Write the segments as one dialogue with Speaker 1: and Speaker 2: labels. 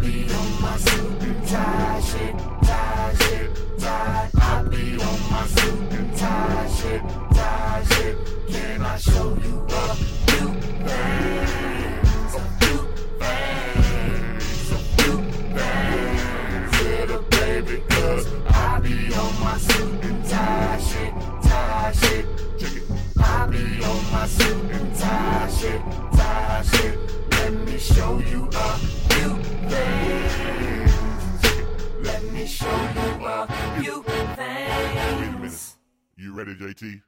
Speaker 1: be on my suit and tie shit, tie shit, tie. I be on my suit and tie shit, tie shit. Can I show you a few things? A few things, a few things. Little baby, cause I be on my suit and tie shit, tie shit. Check it. I be on my suit and tie shit, tie shit. Let me show you a few things. Let me show you a few things. Wait a minute. You ready, JT?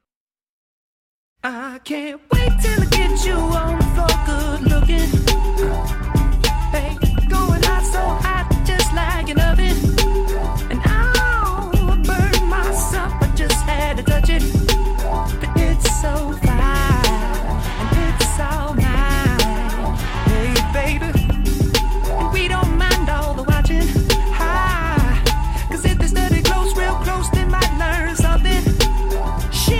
Speaker 2: I can't wait till I get you on the floor, good looking. Hey, going hot, so hot, just like an oven. And I'll burn myself, I just had to touch it. But it's so fine, and it's all mine. Hey, baby. And we don't mind all the watching. Hi, cause if they study close, real close, they might learn something. She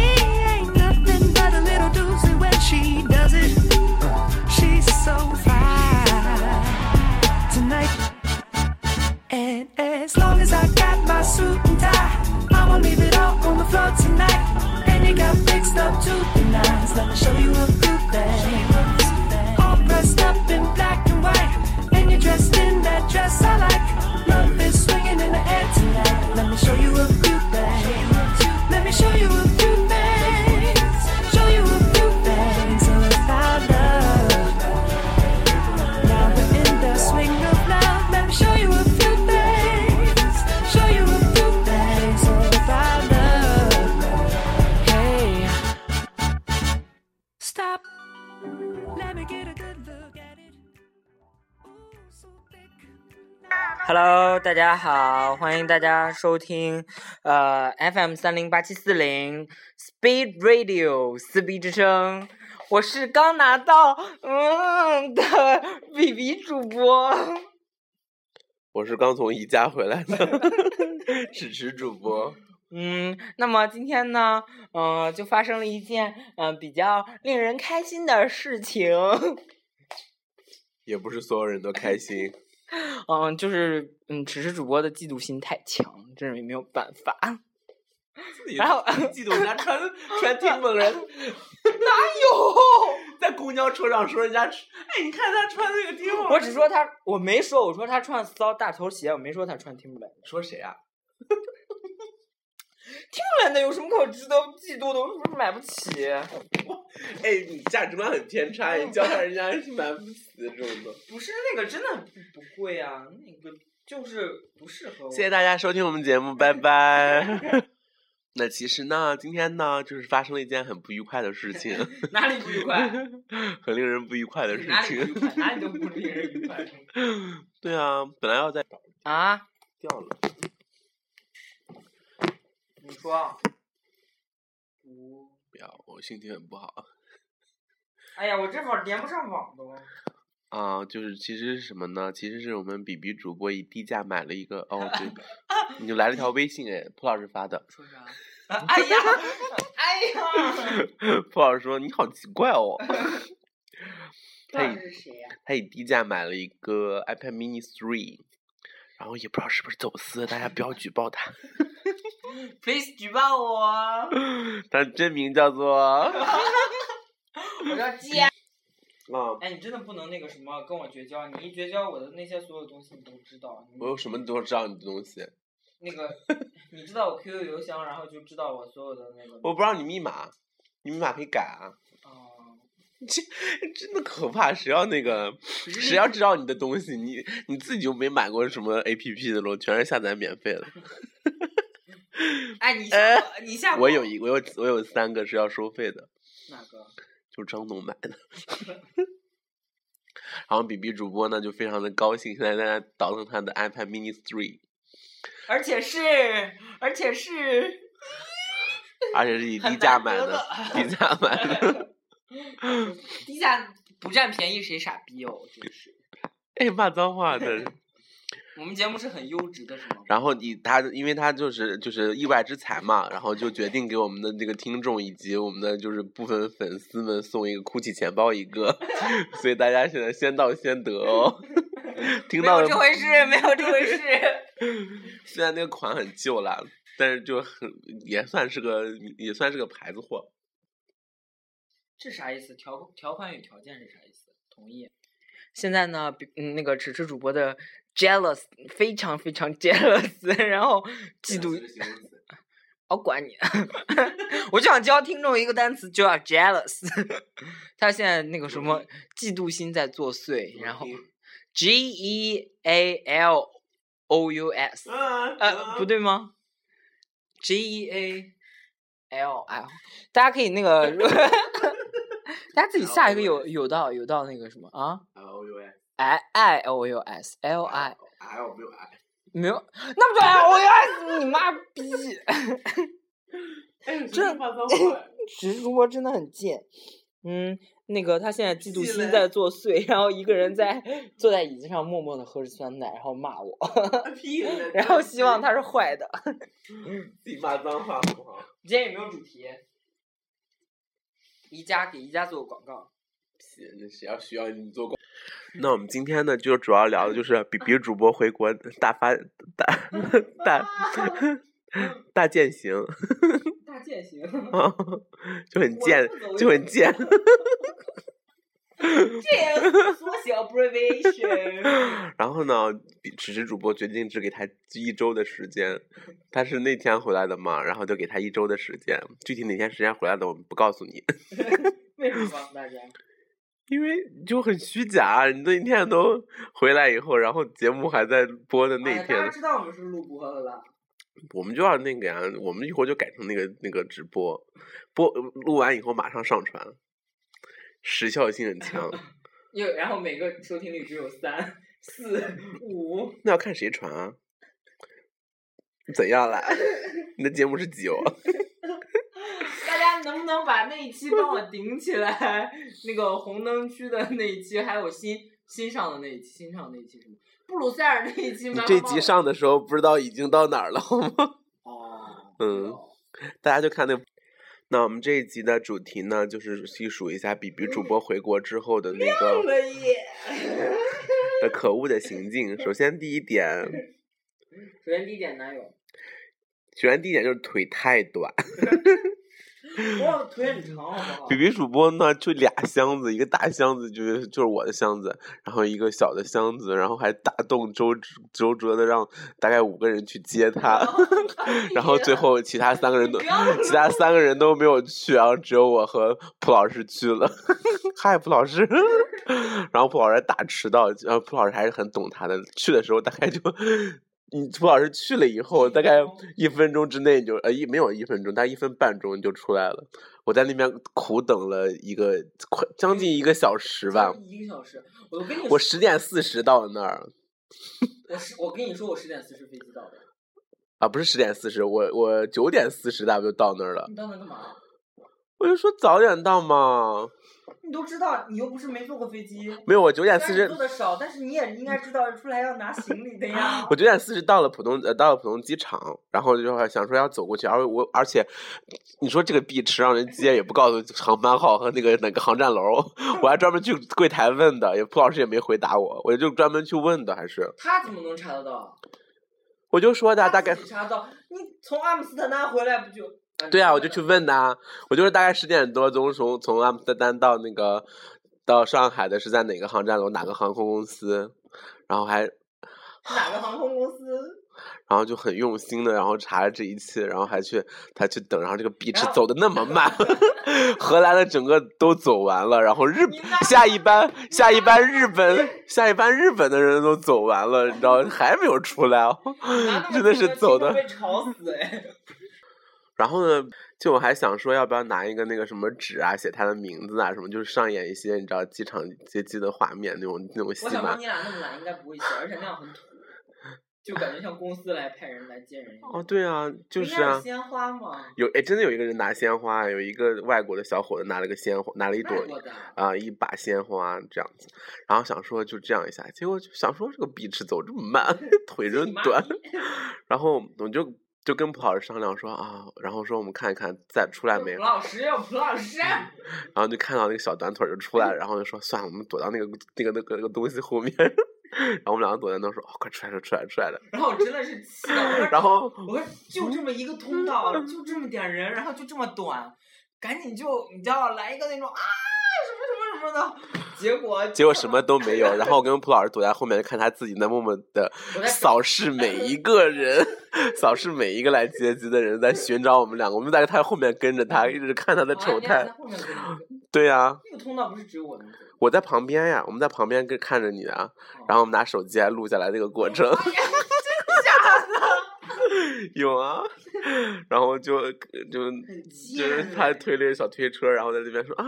Speaker 2: ain't nothing but a little doozy when she does it. She's so fly tonight. And as long as I got my suit and tie, I'ma leave it all on the floor tonight. And it got fixed up to the nines. Let me show you a few things. All dressed up in black and white, and you're dressed in that dress I like. Love is swinging in the air tonight. Let me show you a few things. Let me show you a few things. Show you a few things about love. Now we're in the swing of love. Let me show you a few things. Show you a few things about love. Hey, stop. Let me get a good look at it. Ooh, so thick.
Speaker 3: Hello，大家好，欢迎大家收听呃 FM 三零八七四零 Speed Radio 撕逼之声，我是刚拿到嗯的 B B 主播，
Speaker 4: 我是刚从宜家回来的 主持主播。
Speaker 3: 嗯，那么今天呢，嗯、就发生了一件嗯、呃比较令人开心的事情，
Speaker 4: 也不是所有人都开心，
Speaker 3: 嗯、就是嗯，只是主播的嫉妒心太强，这也没有办法。然后
Speaker 4: 嫉妒 人家穿穿挺猛人，
Speaker 3: 有？
Speaker 4: 在公交车上说人家，哎，你看他穿那个挺猛
Speaker 3: 我只说他，我没说，我说他穿骚大头鞋，我没说他穿 Timberland。
Speaker 4: 说谁啊？
Speaker 3: Timberland 的有什么可值得嫉妒的？我什么买不起？
Speaker 4: 哎，你价值观很偏差，你叫他人家是买不起的这种的。
Speaker 3: 不是那个真的不不贵啊，那个就是不适合我。
Speaker 4: 谢谢大家收听我们节目，拜拜。 那其实呢，今天呢，就是发生了一件很不愉快的事 情，
Speaker 3: 哪里不愉快？
Speaker 4: 很令人不愉快的事
Speaker 3: 哪里不愉
Speaker 4: 情。
Speaker 3: 快？哪里都不令人愉快。
Speaker 4: 对啊，本来要在
Speaker 3: 啊？
Speaker 4: 掉了。
Speaker 3: 你说？啊不，
Speaker 4: 不要，哎我心情很不好
Speaker 3: 哎呀，我这会儿连不上网都。
Speaker 4: 啊。就是其实是什么呢？其实是我们比比主播以低价买了一个哦，对，你就来了条微信哎，蒲老师发的。
Speaker 3: 说啥？ 哎呀，哎呀！
Speaker 4: 蒲老师说你好奇怪哦，
Speaker 3: 不知道是谁呀、
Speaker 4: 他以低价买了一个 iPad mini three。然后也不知道是不是走私，大家不要举报他。
Speaker 3: p l e a s e 举报我！
Speaker 4: 他真名叫做啊，
Speaker 3: 我叫接。哎，你真的不能那个什么跟我绝交，你一绝交，我的那些所有东西你都知道。你
Speaker 4: 我有什么都知道你的东西，
Speaker 3: 那个，你知道我 QQ 邮箱，然后就知道我所有的那个。
Speaker 4: 我不知道你密码，你密码可以改啊。
Speaker 3: 哦、
Speaker 4: 真的可怕，谁要 那个，谁要知道你的东西，你你自己就没买过什么 A P P 的咯，全是下载免费 的。
Speaker 3: 哎，你下、你下
Speaker 4: 呃我有一，我有我有三个是要收费的，
Speaker 3: 哪个？
Speaker 4: 就是张总买 的。然后比比主播呢就非常的高兴，现在在那倒腾他的 iPad mini three，
Speaker 3: 而且是，而且是，
Speaker 4: 而且是以
Speaker 3: 很
Speaker 4: 低价
Speaker 3: 难
Speaker 4: 买
Speaker 3: 得
Speaker 4: 的，低价买 的。
Speaker 3: 低价不占便宜谁傻逼哦，真是。
Speaker 4: 哎，骂脏话的。
Speaker 3: 我们节目是很优质的，是吗？
Speaker 4: 然后以他，因为他就是就是意外之财嘛，然后就决定给我们的这个听众以及我们的就是部分 粉丝们送一个 GUCCI 钱包一个，所以大家现在先到先得哦。 听
Speaker 3: 没有
Speaker 4: 到了
Speaker 3: 这回事，没有这回事。
Speaker 4: 虽然那个款很旧啦，但是就很也算是个也算是个牌子货。
Speaker 3: 这啥意思？条条款与条件是啥意思？同意。现在呢，比嗯，那个迟迟主播的 jealous 非常非常 jealous，然后嫉
Speaker 4: 啊
Speaker 3: 妒，我管你， 我就想教听众一个单词，就叫 jealous。他现在那个什么嫉妒心在作祟，然 后 G E A L O U S，呃，
Speaker 4: 啊
Speaker 3: 不对吗？G E A L L，大家可以那 个，大家自己下一个有有到有到那个什么啊
Speaker 4: ，L U S
Speaker 3: ？I I O U S L I
Speaker 4: L 哎没有 I。
Speaker 3: 没有，那不对，L O U S，你妈逼！
Speaker 4: 哎，
Speaker 3: 这
Speaker 4: 发脏话 哎
Speaker 3: 其实主播真的很贱。嗯，那个他现在嫉妒
Speaker 4: 气
Speaker 3: 心
Speaker 4: 嘞
Speaker 3: 在作祟，然后一个人在坐在椅子上默默的喝着酸奶，然后骂我，
Speaker 4: 屁嘞
Speaker 3: 然后希望他是坏的。
Speaker 4: 自己骂脏话好不好？
Speaker 3: 今天有没有主题？宜家给宜家做个广告。
Speaker 4: 谁谁要需要你做 广？那我们今天呢，就主要聊的就是比比主播回国大发 大大嗯大践行，
Speaker 3: 大践行，
Speaker 4: 就很贱
Speaker 3: 我不走，
Speaker 4: 就很贱。
Speaker 3: 这也是缩写 abbreviation。
Speaker 4: 然后呢，比只是主播决定只给他一周的时间，他是那天回来的嘛，然后就给他一周的时间，具体哪天时间回来的我们不告诉你，
Speaker 3: 为什么大家？
Speaker 4: 因为就很虚假。啊你那天都回来以后，然后节目还在播的那一
Speaker 3: 哎
Speaker 4: 天，
Speaker 3: 知道我们是录播的了。
Speaker 4: 我们就要那个呀，我们一会儿就改成那个那个直播，播录完以后马上上传，时效性很强。
Speaker 3: 又然后每个收听率只有三、四、五。
Speaker 4: 那要看谁传啊？怎样啦？ 你的节目是几哦？
Speaker 3: 大家能不能把那一期帮我顶起来？那个红灯区的那一期，还有新新上的那一期，新上的那一期什么？布鲁塞尔那一期
Speaker 4: 你
Speaker 3: 吗？
Speaker 4: 这集上的时候不知道已经到哪儿了好吗？
Speaker 3: 哦，
Speaker 4: 嗯，大家就看那。那我们这一集的主题呢，就是细数一下比比主播回国之后的那 个
Speaker 3: 可以。
Speaker 4: 的可恶的行径。首先第一点，
Speaker 3: 首先第一点，男友，
Speaker 4: 首先第一点就是腿太短。
Speaker 3: 我腿很长，好不好
Speaker 4: 比？比主播呢，就俩箱子，一个大箱子就是就是我的箱子，然后一个小的箱子，然后还打动周折周折的让大概五个人去接
Speaker 3: 哦
Speaker 4: 他，然后最后其他三个人都
Speaker 3: 不要那么
Speaker 4: 其他三个人都没有去，然后只有我和蒲老师去了， 嗨蒲老师， 然后蒲老师还大迟到，然后蒲老师还是很懂他的，去的时候大概就。你蒲老师去了以后，大
Speaker 3: 哦
Speaker 4: 概一分钟之内你就呃一没有一分钟，大概一分半钟你就出来了。我在那边苦等了一个快将近一个小时吧，
Speaker 3: 一个小时，我跟你
Speaker 4: 我
Speaker 3: 说，
Speaker 4: 十点四十到了那儿
Speaker 3: 我是我跟你说，我十点四十飞机到的。
Speaker 4: 啊，不是十点四十，我我九点四十大不就到那儿了？
Speaker 3: 你到那干嘛？
Speaker 4: 我就说早点到嘛，
Speaker 3: 你都知道，你又不是没坐过飞机。
Speaker 4: 没有，我九点
Speaker 3: 虽
Speaker 4: 四
Speaker 3: 啊然你
Speaker 4: 十。
Speaker 3: 坐，的少，但是你也应该知道出来要拿行李的呀
Speaker 4: 我九点四十到了浦东，呃，到了浦东机场，然后就还想说要走过去，而我而且你说这个碧池让人接也不告诉航班号和那个哪个航站楼，我还专门去柜台问的，也蒲老师也没回答我，我就专门去问的，还是
Speaker 3: 他怎么能查得到？
Speaker 4: 我就说啊的大概
Speaker 3: 自己查到，你从阿姆斯特丹回来不就？
Speaker 4: 对啊，我就去问他，我就是大概十点多钟从从阿姆斯特丹到那个到上海的是在哪个航站楼哪个航空公司，然后还
Speaker 3: 哪个航空公 司？
Speaker 4: 然后就很用心的，然后查了这一切，然后还去他去等，然后这个壁纸
Speaker 3: 然后
Speaker 4: 走的那么慢，荷兰的整个都走完了，然后日
Speaker 3: 你妈
Speaker 4: 下一班下一班日本下一班日本的人都走完了，你知道还没有出来、哦，真的是走的。
Speaker 3: 被吵死 哎！
Speaker 4: 然后呢，就我还想说，要不要拿一个那个什么纸啊，写他的名字啊，什么，就是上演一些你知道机场接机的画面那种那种戏
Speaker 3: 我想说
Speaker 4: 码。
Speaker 3: 你俩那么懒，应该不会写，而且那样很土，就感觉像公司来派人来接人一样。
Speaker 4: 哦，对啊，就
Speaker 3: 不应
Speaker 4: 是
Speaker 3: 该
Speaker 4: 啊，
Speaker 3: 鲜花嘛，
Speaker 4: 有哎，真的有一个人拿鲜花，有一个外国的小伙子拿了个鲜花，拿了一朵
Speaker 3: 外国的
Speaker 4: 啊、一把鲜花这样子，然后想说就这样一下，结果就想说这个笔直走这么 慢，腿真
Speaker 3: 你妈
Speaker 4: 短
Speaker 3: 逼，
Speaker 4: 然后我就就跟蒲老师商量说啊，然后说我们看一看再出来没
Speaker 3: 蒲老师，蒲老师，
Speaker 4: 嗯然后就看到那个小短腿儿就出来了，然后就说算了，我们躲到那个那个那个那个东西后面， 然后我们两个躲在那说：“哦，快出来了，出来了，出来了。
Speaker 5: 然后我真的是气的，我说”
Speaker 4: 然后嗯
Speaker 5: 我说就这么一个通道，就这么点儿人，然后就这么短，赶紧就你知道来一个那种啊什么什么什么的，结果
Speaker 4: 结果什么都没有。然后我跟蒲老师躲在后面，看他自己在默默的
Speaker 5: 我在
Speaker 4: 扫视每一个人， 扫视每一个来接机的人，在寻找我们两个。我们在他后面跟着他，一直看他的
Speaker 3: 啊
Speaker 4: 丑态。。
Speaker 5: 我还在后面跟你说
Speaker 4: 对呀、
Speaker 5: 那个通道不是只有我能走，
Speaker 4: 我在旁边呀，我们在旁边跟看着你啊。然后我们拿手机还录下来这个过程。
Speaker 5: 哦哎呀真的假 的？
Speaker 4: 有啊，然后就就
Speaker 5: 很 贱
Speaker 4: 就是他推了个小推车，然后在那边说啊，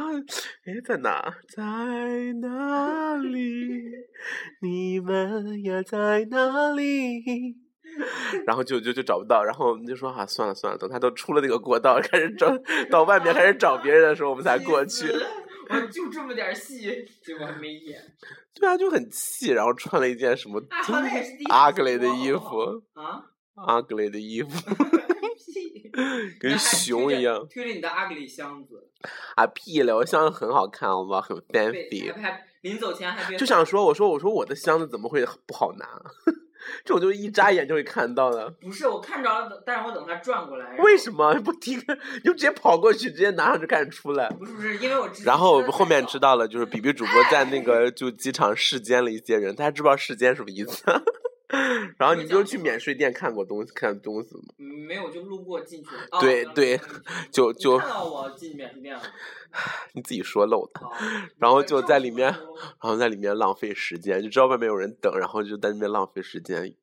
Speaker 4: 哎，在哪？在哪里？你们呀，在哪里？然后就就就找不到，然后我们就说啊，算了算了，等他都出了那个过道，开始 找到外面开
Speaker 5: 啊
Speaker 4: 始找别人的时候，我们才过去
Speaker 5: 气。死我就这么点儿戏，结果还没演
Speaker 4: 对啊，就很气，然后穿了一件什么
Speaker 5: 啊好歹也是第一次
Speaker 4: ugly 的
Speaker 5: 出国
Speaker 4: 衣服
Speaker 5: 啊！
Speaker 4: ，ugly 的衣服，
Speaker 5: 屁
Speaker 4: 跟
Speaker 5: 哦那还
Speaker 4: 熊
Speaker 5: 推着
Speaker 4: 一样。
Speaker 5: 推着你的 ugly 箱子，
Speaker 4: 啊屁了，我箱子很好看，好不好？很
Speaker 5: 被
Speaker 4: fancy，
Speaker 5: 还还临走前还被
Speaker 4: 就想说，我说我说我的箱子怎么会不好拿？ 这种就是一眨眼就会看到的。
Speaker 5: 不是我看着了，但是我等他转过来，然后
Speaker 4: 为什么 不听？你就直接跑过去，直接拿上就开始出来。
Speaker 5: 不是不是因为我之前
Speaker 4: 然后我们
Speaker 5: 真的
Speaker 4: 后面
Speaker 5: 太
Speaker 4: 知道了，就是比比主播在 那个就机场视奸了一些人，大家知不知道视奸什么意思？ 然后你不是去免税店看过东西看东西吗？
Speaker 5: 早没有就路过进去了，哦
Speaker 4: 对对，就
Speaker 5: 你
Speaker 4: 就
Speaker 5: 看到我进免税店了，
Speaker 4: 你自己说漏的，
Speaker 5: 好
Speaker 4: 然后
Speaker 5: 嗯我
Speaker 4: 就
Speaker 5: 这
Speaker 4: 在
Speaker 5: 么
Speaker 4: 里面
Speaker 5: 说
Speaker 4: 然后在里面浪费时间，就知道外面有人等，然后就在那边浪费时间。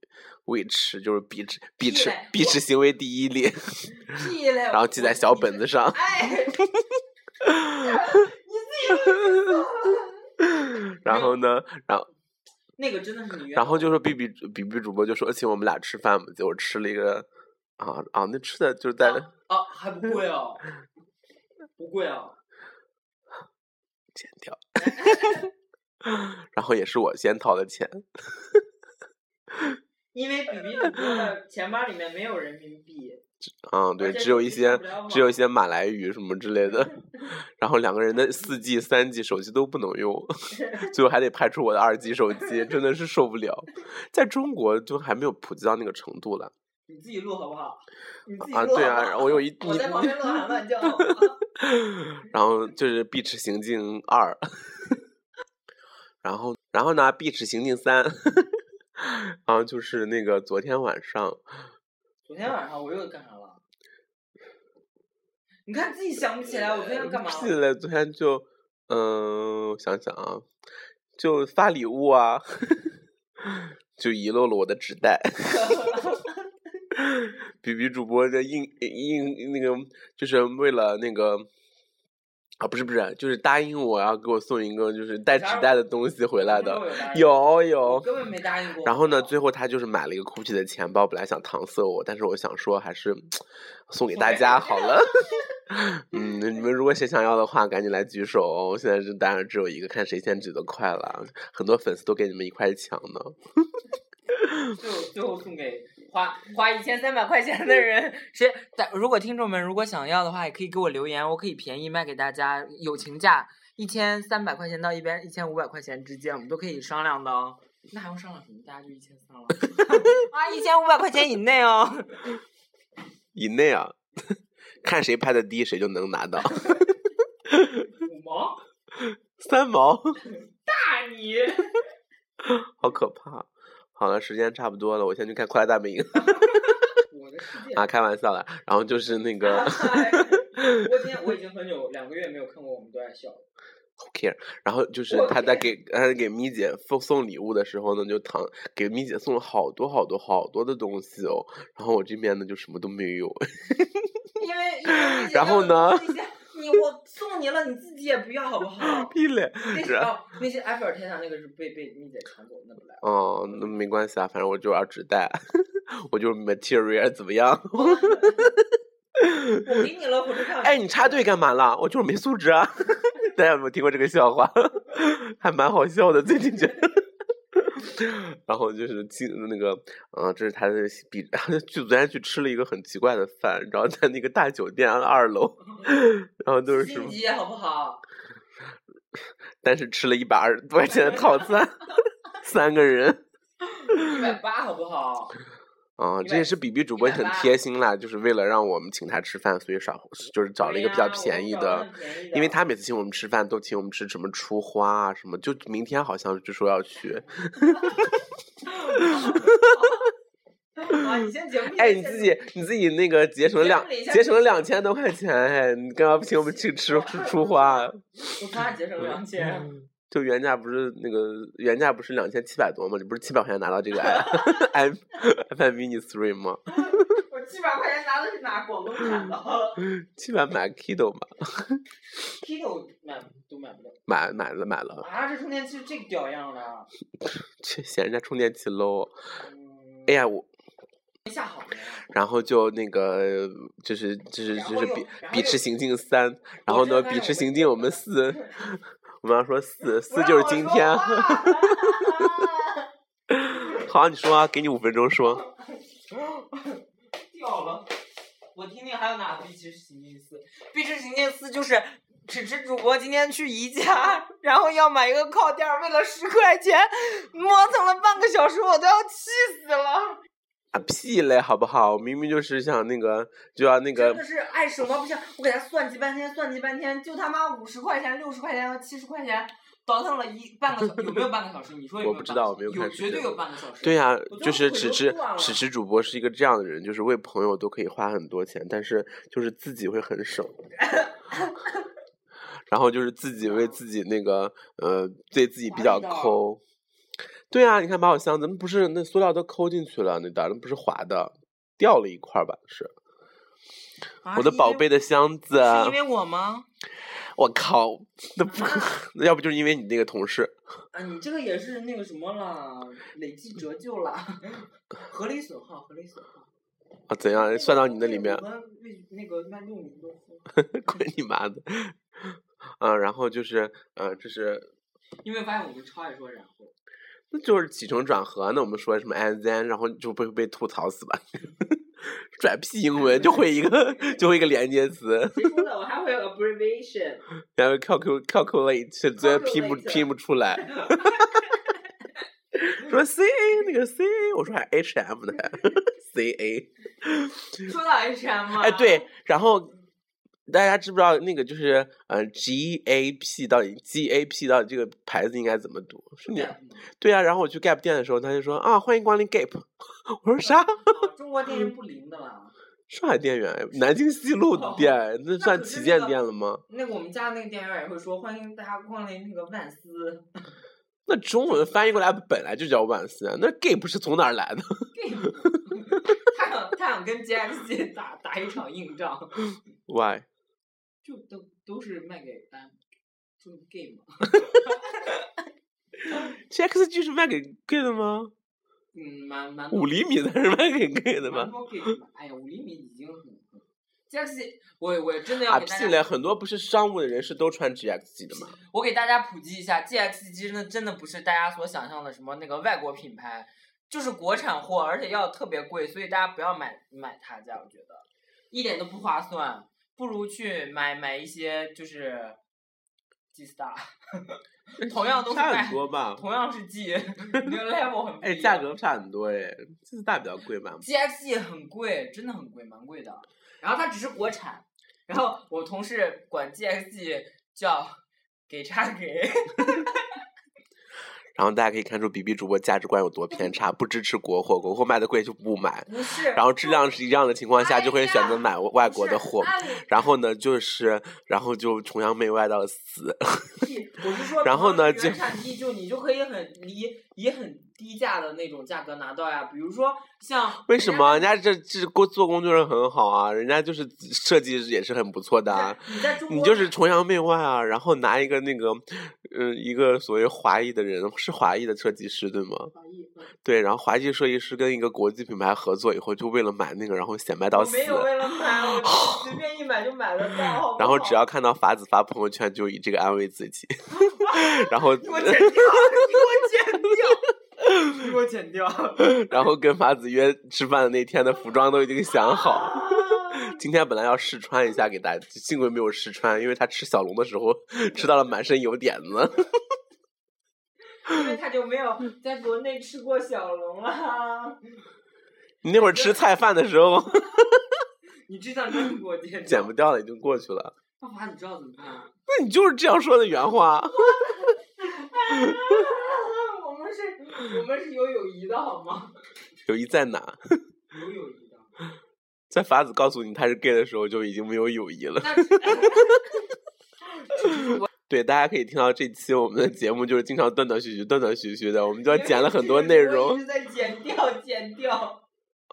Speaker 4: which 就是鄙视鄙视
Speaker 5: 屁嘞
Speaker 4: 鄙视行为第一例，
Speaker 5: 屁嘞，
Speaker 4: 然后记在小本子 上。
Speaker 5: 哎，
Speaker 4: 然后呢，然 后
Speaker 5: 那个真的是你约
Speaker 4: 然后
Speaker 5: 我
Speaker 4: 就说 B B B B 主播就说请我们俩吃饭嘛，结果吃了一个啊啊，那吃的就是在、
Speaker 5: 啊啊还不贵哦，不贵哦，
Speaker 4: 剪掉， 然后也是我先掏的钱，
Speaker 5: 因为比比主 播的钱包里面没有人民币，
Speaker 4: 嗯，对，
Speaker 5: 而且
Speaker 4: 只有
Speaker 5: 你
Speaker 4: 一
Speaker 5: 自己上
Speaker 4: 些
Speaker 5: 不了
Speaker 4: 只有一
Speaker 5: 网
Speaker 4: 些马来语什么之类 的，然后两个人的四 G、三 G 手机都不能用， 最后还得派出我的二 G 手机，真的是受不了。在中国就还没有普及到那个程度 了
Speaker 5: 你自己录好不好？你自己录
Speaker 4: 啊，对
Speaker 5: 好不
Speaker 4: 啊，
Speaker 5: 好
Speaker 4: 我有一
Speaker 5: 我
Speaker 4: 你
Speaker 5: 在旁边乱喊乱叫，啊
Speaker 4: 然后就是《碧池行径二》， 然后然后呢，《碧池行径三》，然后就是那个昨天晚上，
Speaker 5: 昨天晚上我又干啥了？ 你看自己想不起来，我昨天干嘛
Speaker 4: 屁
Speaker 5: 了？
Speaker 4: 了，昨天就嗯、我想想啊，就发礼物啊， 就遗漏了我的纸 袋。比比主播这硬硬那个，就是为了那个啊，不是不是，就是答应我要给我送一个就是带纸
Speaker 5: 啥时候
Speaker 4: 袋的东西回来
Speaker 5: 什么
Speaker 4: 的，
Speaker 5: 时候答应，
Speaker 4: 有
Speaker 5: 我
Speaker 4: 有。
Speaker 5: 根本没答应过。
Speaker 4: 然后呢，最后他就是买了一个 GUCCI 的钱包，本来想搪塞我，但是我想说还 是送给大家好 了。嗯，你们如果谁想要的话，赶紧来举手哦！现在是当然只有一个，看谁先举得快了。很多粉丝都给你们一块抢呢。
Speaker 5: 最后最后送给花花一千三百块钱的 人，谁？但如果听众们如果想要的话，也可以给我留言，我可以便宜卖给大家，友情价一千三百块钱到一边一千五百块钱之间，我们都可以商量的哦。那还用商量什么？大家就一千三了啊，一千五百块钱以内哦。
Speaker 4: 以内啊， 看谁拍的低，谁就能拿到
Speaker 5: 五毛？
Speaker 4: 三毛，
Speaker 5: 大你！
Speaker 4: 好可怕！好了，时间差不多了，我先去看《快乐大本营》
Speaker 5: 我的世界。。
Speaker 4: 啊，开玩笑了。然后就是那个
Speaker 5: 哎我今天我已经很久两个月没有看过《我们都爱笑》了。
Speaker 4: care。然后就是
Speaker 5: 我
Speaker 4: 他在给他在给咪姐送送礼物的时候呢，就糖给咪姐送了好多好多好多的东西哦。然后我这边呢就什么都没有，
Speaker 5: 因为因为
Speaker 4: 然后呢？
Speaker 5: 你我送你了，你自己也不要好不 好？
Speaker 4: 屁嘞！
Speaker 5: 那是
Speaker 4: 然
Speaker 5: 哦， 那些埃菲尔铁塔那个是被被蜜姐抢走，那不来。
Speaker 4: 哦，那没关系啊，反正我就是要纸袋， 我就是 material 怎么样？
Speaker 5: 我给你了，火车票。
Speaker 4: 哎，你插队干嘛啦？我就是没素质啊！ 大家有没有听过这个笑话？ 还蛮好笑的，最近觉得。然后就是进那个，嗯、这是他的比， 就昨天去吃了一个很奇怪的饭，然后在那个大酒店二楼，然后都是什
Speaker 5: 心
Speaker 4: 么，
Speaker 5: 急好不好？
Speaker 4: 但是吃了一百二十多块钱的套餐，三个人。
Speaker 5: 一百八好不好？
Speaker 4: 啊、
Speaker 5: 100
Speaker 4: 这也是比比主播很
Speaker 5: 180
Speaker 4: 贴心啦，就是为了让我们请他吃饭，所以少就是找了一个比较便宜
Speaker 5: 对呀
Speaker 4: 的
Speaker 5: 我，们找了很便宜的
Speaker 4: 因为他每次请我们吃饭都请我们吃什么出花啊什么，就明天好像就说要去。
Speaker 5: 啊，你先节目里
Speaker 4: 哎，你
Speaker 5: 先
Speaker 4: 自己你自己那个节省了两
Speaker 5: 节目里一下
Speaker 4: 节省了两千多块钱，哎，你干嘛不请我们去吃
Speaker 5: 啊
Speaker 4: 吃出花？
Speaker 5: 我从哪节省两千？
Speaker 4: 就原价不是那个原价不是两千七百多吗？你不是七百块钱拿到这个 i iPad Mini Three 吗？
Speaker 5: 我七百块钱拿的是哪广东产 的
Speaker 4: 七百买 Kindle 吧，
Speaker 5: ？Kindle 买都买不了
Speaker 4: 买买了买了，
Speaker 5: 啊！这充电器这个屌样的，
Speaker 4: 去嫌人家充电器 low。
Speaker 5: 嗯，
Speaker 4: 哎呀，我
Speaker 5: 没 下好呢。
Speaker 4: 然后就那个就是就是
Speaker 5: 然后
Speaker 4: 就是
Speaker 5: 又
Speaker 4: 比
Speaker 5: 然后
Speaker 4: 比
Speaker 5: 又
Speaker 4: 吃行进三，然后
Speaker 5: 我
Speaker 4: 呢
Speaker 5: 知道
Speaker 4: 比吃
Speaker 5: 我
Speaker 4: 行
Speaker 5: 知
Speaker 4: 进
Speaker 5: 道
Speaker 4: 我们四， 我们要说四
Speaker 5: 不
Speaker 4: 四
Speaker 5: 让
Speaker 4: 就是
Speaker 5: 我
Speaker 4: 今
Speaker 5: 说
Speaker 4: 天。
Speaker 5: 话
Speaker 4: 好，你说啊，给你五分钟说。
Speaker 5: 掉了。我听听还有哪个碧池行进四？碧池行进四就是只吃主播今天去宜家，然后要买一个靠垫儿，为了十块钱磨蹭了半个小时，啊我都要气死了。
Speaker 4: 啊屁嘞，好不好？我明明就是想那个，就要那个
Speaker 5: 真的是爱手毛不行，我给他算计半天，算计半天，就他妈五十块钱、六十块钱和七十块钱，倒腾了一半个小，有没有半个小时？你说有没有
Speaker 4: 我不知道
Speaker 5: 半个
Speaker 4: 我没有看
Speaker 5: 小时有
Speaker 4: 时
Speaker 5: 绝对
Speaker 4: 间
Speaker 5: 有半个小时。
Speaker 4: 对呀、
Speaker 5: 都
Speaker 4: 就是
Speaker 5: 腿
Speaker 4: 只
Speaker 5: 都
Speaker 4: 吃
Speaker 5: 断了
Speaker 4: 只吃主播是一个这样的人，就是为朋友都可以花很多钱，但是就是自己会很省， 然后就是自己为自己那个呃对自己比较
Speaker 5: 划一道
Speaker 4: 抠。对啊，你看把我箱子不是那塑料都抠进去了，那当然不是滑的，掉了一块儿吧？是、
Speaker 5: 啊
Speaker 4: 我的宝贝。的箱子，啊
Speaker 5: 是因为是因为啊我吗？
Speaker 4: 我靠，那不那要不就是因为你那个同事，
Speaker 5: 啊，你这个也是那个什么啦，累计折旧啦， 合理损耗，合理损耗。
Speaker 4: 啊，怎样算到你那里面
Speaker 5: 我？们为那个慢用民都说，
Speaker 4: 滚你妈 的！啊，然后就是，呃，这是，
Speaker 5: 你有没有发现我们超爱说然后？
Speaker 4: 那就是起承转合。啊那我们说什么 and then，然后就被被吐槽死吧。 拽屁英文就会一个就会一个连接词，
Speaker 5: 谁说的？我还会有 abbreviation。
Speaker 4: 然后 calcul calculate 最后拼不
Speaker 5: Calculate
Speaker 4: 拼不出 来。说 C A 那个 C A，我说还 H M 呢 C A。
Speaker 5: 说到 HM 啊
Speaker 4: 哎，对，，然后大家知不知道那个就是呃 G A P 到底 G A P 到底这个牌子应该怎么读？是你
Speaker 5: 嗯
Speaker 4: 对啊，然后我去 Gap 店的时候，他就说啊，欢迎光临 Gap。我 说啥？
Speaker 5: 哦中国店是不灵的啦。
Speaker 4: 上海店员，南京西路店，那算
Speaker 5: 可是
Speaker 4: 旗
Speaker 5: 哦那
Speaker 4: 舰
Speaker 5: 个
Speaker 4: 店了吗？
Speaker 5: 那个我们家那个店员也会说，欢迎大家光临那个万斯。
Speaker 4: 那中文翻译过来本来就叫万斯啊，那 Gap 是从哪儿来的？
Speaker 5: 他想他想跟 GXG 打打一场硬仗，
Speaker 4: Why？
Speaker 5: 就都都是卖给单，就是 gay 嘛。
Speaker 4: 这 XG 是卖给 gay 的吗？
Speaker 5: 嗯，蛮蛮
Speaker 4: 五厘米才是卖给 gay 的
Speaker 5: 蛮
Speaker 4: 吗？
Speaker 5: 多 gay 的嘛。哎呀，五厘米已经很很。GXG，我我真的
Speaker 4: 啊
Speaker 5: 要给大
Speaker 4: 屁
Speaker 5: 家
Speaker 4: 嘞！很多不是商务的人士都穿 GXG 的嘛。
Speaker 5: 我给大家普及一下，GXG 呢真的不是大家所想象的什么那个外国品牌，就是国产货，而且要特别贵，所以大家不要买买它家，我觉得一点都不划算，不如去买买一些就是 G Star，同样都是
Speaker 4: 差
Speaker 5: 卖
Speaker 4: 很多吧？
Speaker 5: 同样是 G，那个 level 很不
Speaker 4: 哎，
Speaker 5: 一
Speaker 4: 价
Speaker 5: 样
Speaker 4: 格差很多哎，这次大比较贵嘛。
Speaker 5: GXG 很贵，真的很贵，蛮贵的。然后它只是国产，然后我同事管 GXG 叫给差 给。
Speaker 4: 然后大家可以看出比比主播价值观有多偏差，不支持国货，国货卖的贵就不买，
Speaker 5: 不是，
Speaker 4: 然后质量是一样的情况下就会选择买外国的货
Speaker 5: 哎不，是按理
Speaker 4: 然后呢就是，然后就崇洋媚外到了死。
Speaker 5: 屁我是说，
Speaker 4: 然后呢
Speaker 5: 就
Speaker 4: 就
Speaker 5: 产地就你就可以很以以很低价的那种价格拿到呀，比如说像
Speaker 4: 为什么人家这这工做工就是很好啊？人家就是设计也是很不错的啊。
Speaker 5: 你在中国
Speaker 4: 你就是
Speaker 5: 买
Speaker 4: 崇洋媚外啊，然后拿一个那个，嗯、一个所谓华裔的人，是华裔的设计师对吗？
Speaker 5: 嗯
Speaker 4: 对，然后华际设计师跟一个国际品牌合作以后，就为了买那个，然后显摆到
Speaker 5: 我
Speaker 4: 死。
Speaker 5: 没有哎为了买，我就随便一买就买得到，好不
Speaker 4: 然后
Speaker 5: 好
Speaker 4: 只要看到法子发朋友圈，就以这个安慰自 己。然后，
Speaker 5: 你给我剪掉，你给我剪掉，你给我剪掉。
Speaker 4: 然后跟法子约吃饭的那天的服装都已经想好。 今天本来要试穿一下给大家，幸亏没有试穿，因为他吃小龙的时候吃到了满身油点子。
Speaker 5: 因为他就没有在国内吃过小龙啊。
Speaker 4: 你那会儿吃菜饭的时候
Speaker 5: 你这段真给我剪
Speaker 4: 剪不掉了，已经过去了。
Speaker 5: 爸爸，你知道怎么办啊吗？
Speaker 4: 那你就是这样说的原话。
Speaker 5: 啊我们是，我们是有友谊的好吗？
Speaker 4: 友谊在哪？
Speaker 5: 有友谊的。
Speaker 4: 在法子告诉你他是 gay 的时候，就已经没有友谊了。
Speaker 5: 那
Speaker 4: 对，大家可以听到这期我们的节目就是经常断断续续、断断续续的，我们就要剪了很多内
Speaker 5: 我一
Speaker 4: 容。
Speaker 5: 直在剪掉，剪掉。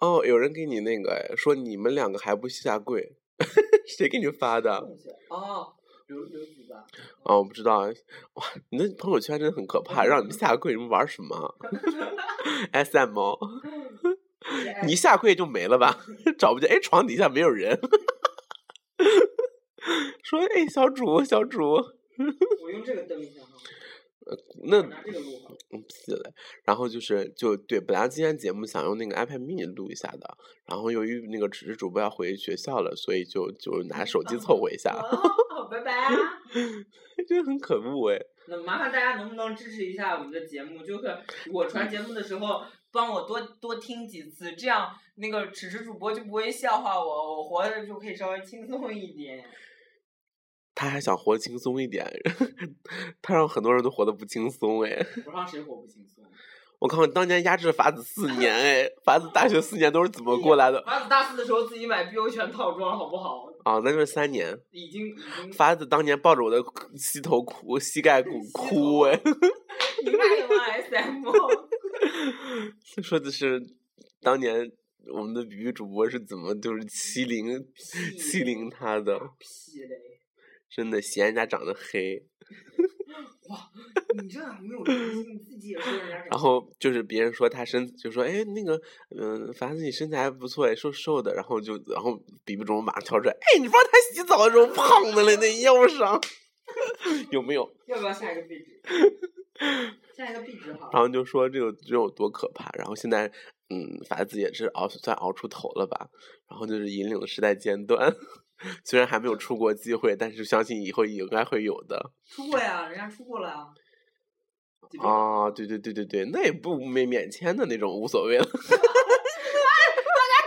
Speaker 4: 哦，有人给你那个哎，说你们两个还不下跪， 谁给你发的？
Speaker 5: 哦，刘刘子吧，
Speaker 4: 哦，我不知道啊，哇，你的朋友圈真的很可怕，让你们下跪，你们玩什么啊？S M 哦，
Speaker 5: 哎
Speaker 4: 你一下跪就没了吧？ 找不见，哎，床底下没有人。 说，哎，小主，小主，
Speaker 5: 我用这个灯一下哈，
Speaker 4: 那
Speaker 5: 我拿这个录好。
Speaker 4: 嗯，屁嘞。然后就是就对，本来今天节目想用那个 iPad mini 录一下的，然后由于那个只是主播要回学校了，所以就就拿手机凑合一 下，
Speaker 5: 好，拜拜啊。
Speaker 4: 真的很可恶哎。
Speaker 5: 那麻烦大家能不能支持一下我们的节目？就是我传节目的时候，帮我多多听几次，这样那个此时主播就不会笑话我，我活着就可以稍微轻松一点。
Speaker 4: 他还想活轻松一点， 他让很多人都活得不轻松哎。
Speaker 5: 我让谁活不轻松？
Speaker 4: 我靠，你当年压制了法子四年哎，法子大学四年都是怎么过来的
Speaker 5: 法子大四的时候自己买 BO 全套装，好不好？
Speaker 4: 啊？那就是三年。
Speaker 5: 已经已经，
Speaker 4: 法子当年抱着我的膝头哭，膝盖骨
Speaker 5: 膝
Speaker 4: 哭
Speaker 5: 头
Speaker 4: 哎。
Speaker 5: 你卖什么 SM？
Speaker 4: 说的是当年我们的比比主播是怎么就是欺凌
Speaker 5: 屁
Speaker 4: 欺凌他的，
Speaker 5: 屁嘞！
Speaker 4: 真的嫌人家长得黑，
Speaker 5: 你这样没有良心，你自己也说人家
Speaker 4: 然后就是别人说他身就说哎那个嗯、反正你身材还不错哎瘦瘦的，然后就然后比比主播马上跳出来哎你不知道他洗澡的时候胖的了那腰上 有没有？
Speaker 5: 要不要下一个壁 纸？下一个壁纸好了。
Speaker 4: 然后就说这个这有多可怕。然后现在，嗯，法子也是熬算熬出头了吧。然后就是引领了时代尖端， 虽然还没有出国机会，但是相信以后也应该会有的。
Speaker 5: 出过呀，人家出过了
Speaker 4: 哦
Speaker 5: 啊。几遍
Speaker 4: 啊，对对对对对，那也不没免签的那种，无所谓了。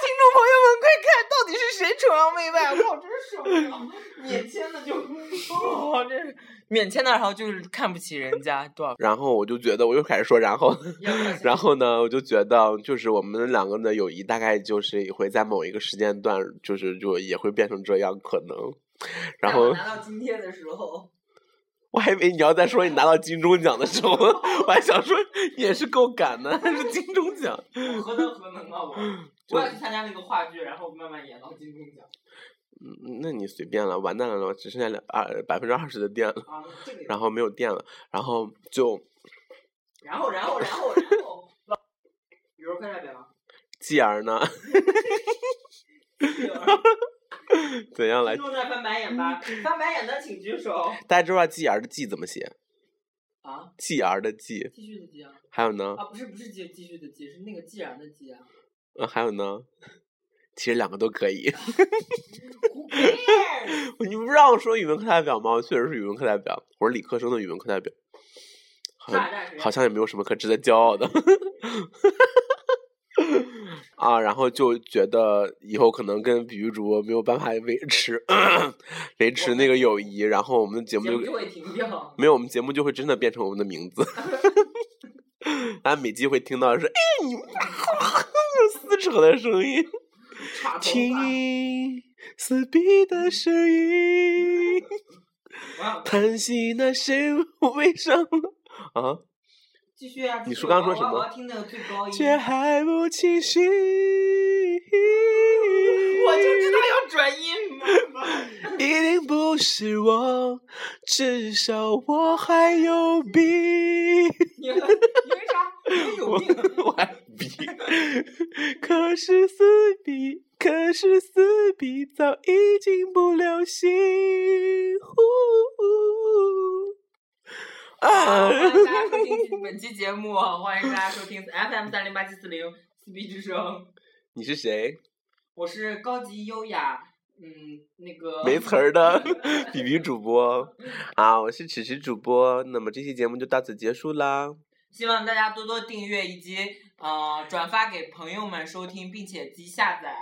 Speaker 5: 听众朋友们，快看，到底是谁崇洋媚外？我靠，真受不了！免签的就， 哦，这是免签的，然后就是看不起人家多少？
Speaker 4: 然后我就觉得，我又开始说，然后， 然后呢，我就觉得，就是我们两个的友谊，大概就是也会在某一个时间段，就是就也会变成这样，可能。 然
Speaker 5: 在我
Speaker 4: 后
Speaker 5: 拿到津贴的时候，
Speaker 4: 我还以为你要再说你拿到金钟奖的时候， 我还想说你也是够赶的，还是金钟奖。
Speaker 5: 我何德何能啊我！
Speaker 4: 就
Speaker 5: 我要去参加那个话剧，然后慢慢演到金钟奖
Speaker 4: 嗯，那你随便了，完蛋了，只剩下两二百分之二十的电了，
Speaker 5: 啊，这个也
Speaker 4: 然后没有电了，然后就
Speaker 5: 然后然后然后然后，比如快点 点啊！
Speaker 4: 继而呢， 怎样来
Speaker 5: 听？众在翻白眼吧，翻白眼的请举手
Speaker 4: 大家知道继而的继怎么写？
Speaker 5: 啊！
Speaker 4: 继而的继，
Speaker 5: 继续的继啊！
Speaker 4: 还有呢？
Speaker 5: 啊，不是不是继继续的继，是那个既然的继啊！
Speaker 4: 嗯，还有呢？其实两个都可以。
Speaker 5: Who cares？
Speaker 4: 你不让我说语文课代表吗？我确实是语文课代表，我是理科生的语文课代表，好像
Speaker 5: 上海大学
Speaker 4: 好像也没有什么可值得骄傲的。 啊，然后就觉得以后可能跟比喻主播没有办法维持 维持那个友谊，然后我们的节目
Speaker 5: 节
Speaker 4: 就
Speaker 5: 目就会停掉。
Speaker 4: 没有，我们节目就会真的变成我们的名字。 大家每集会听到是哎你们撕扯的声音。
Speaker 5: 插头啊发，
Speaker 4: 听撕逼的声音，
Speaker 5: 哇
Speaker 4: 叹息那谁为什么啊？
Speaker 5: 继续啊！继续
Speaker 4: 你说刚刚说什
Speaker 5: 我要
Speaker 4: 么
Speaker 5: 我要听那个最高音。
Speaker 4: 却还不清醒。
Speaker 5: 我
Speaker 4: 我
Speaker 5: 就知道要转音。
Speaker 4: 一定不是我，至少我还有 病。
Speaker 5: 你为啥？你有
Speaker 4: 我
Speaker 5: 病？
Speaker 4: 我还逼，可是撕逼，可是撕逼早已经不流行。呼
Speaker 5: 好
Speaker 4: 啊！
Speaker 5: 欢迎大家收听本期节目，欢迎大家收听 FM 三零八七四零撕逼之声，
Speaker 4: 你是谁？
Speaker 5: 我是高级优雅，嗯，那个
Speaker 4: 没词儿的比比主播啊！我是此时主播。那么这期节目就到此结束啦。
Speaker 5: 希望大家多多订阅以及呃转发给朋友们收听，并且及下载。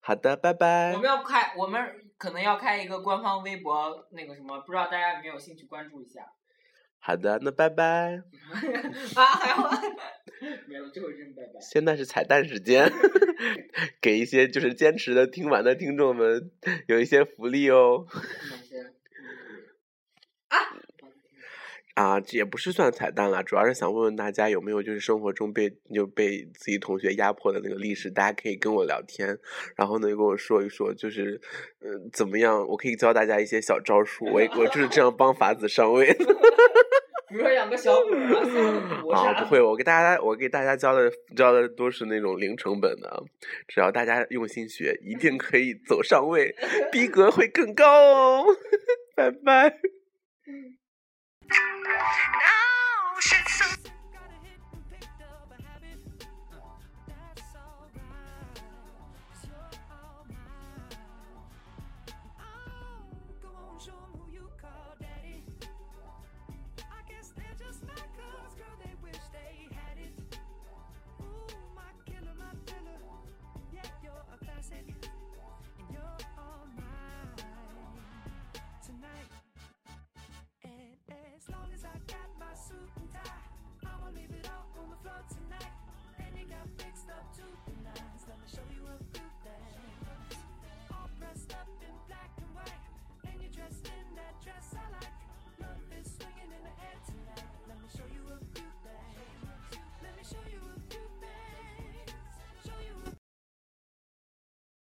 Speaker 4: 好的，拜
Speaker 5: 我
Speaker 4: 拜
Speaker 5: 们。要开，我们可能要开一个官方微博，那个什么，不知道大家有没有兴趣关注一下？
Speaker 4: 好的，那拜拜。
Speaker 5: 啊，还有， 没有，最后真拜拜。
Speaker 4: 现在是彩蛋时间， 给一些就是坚持的听完的听众们有一些福利哦。
Speaker 5: 男生
Speaker 4: 啊，这也不是算彩蛋啦，主要是想问问大家有没有就是生活中被就被自己同学压迫的那个历史，大家可以跟我聊天，然后呢跟我说一说，就是呃怎么样，我可以教大家一些小招数，我也我就是这样帮法子上位。
Speaker 5: 比如说养个小 狗啊，算了我是
Speaker 4: 啊，不会，我给大家，我给大家教的教的都是那种零成本的，只要大家用心 学，一定可以走上位，逼格会更高哦。拜拜。
Speaker 2: Oh,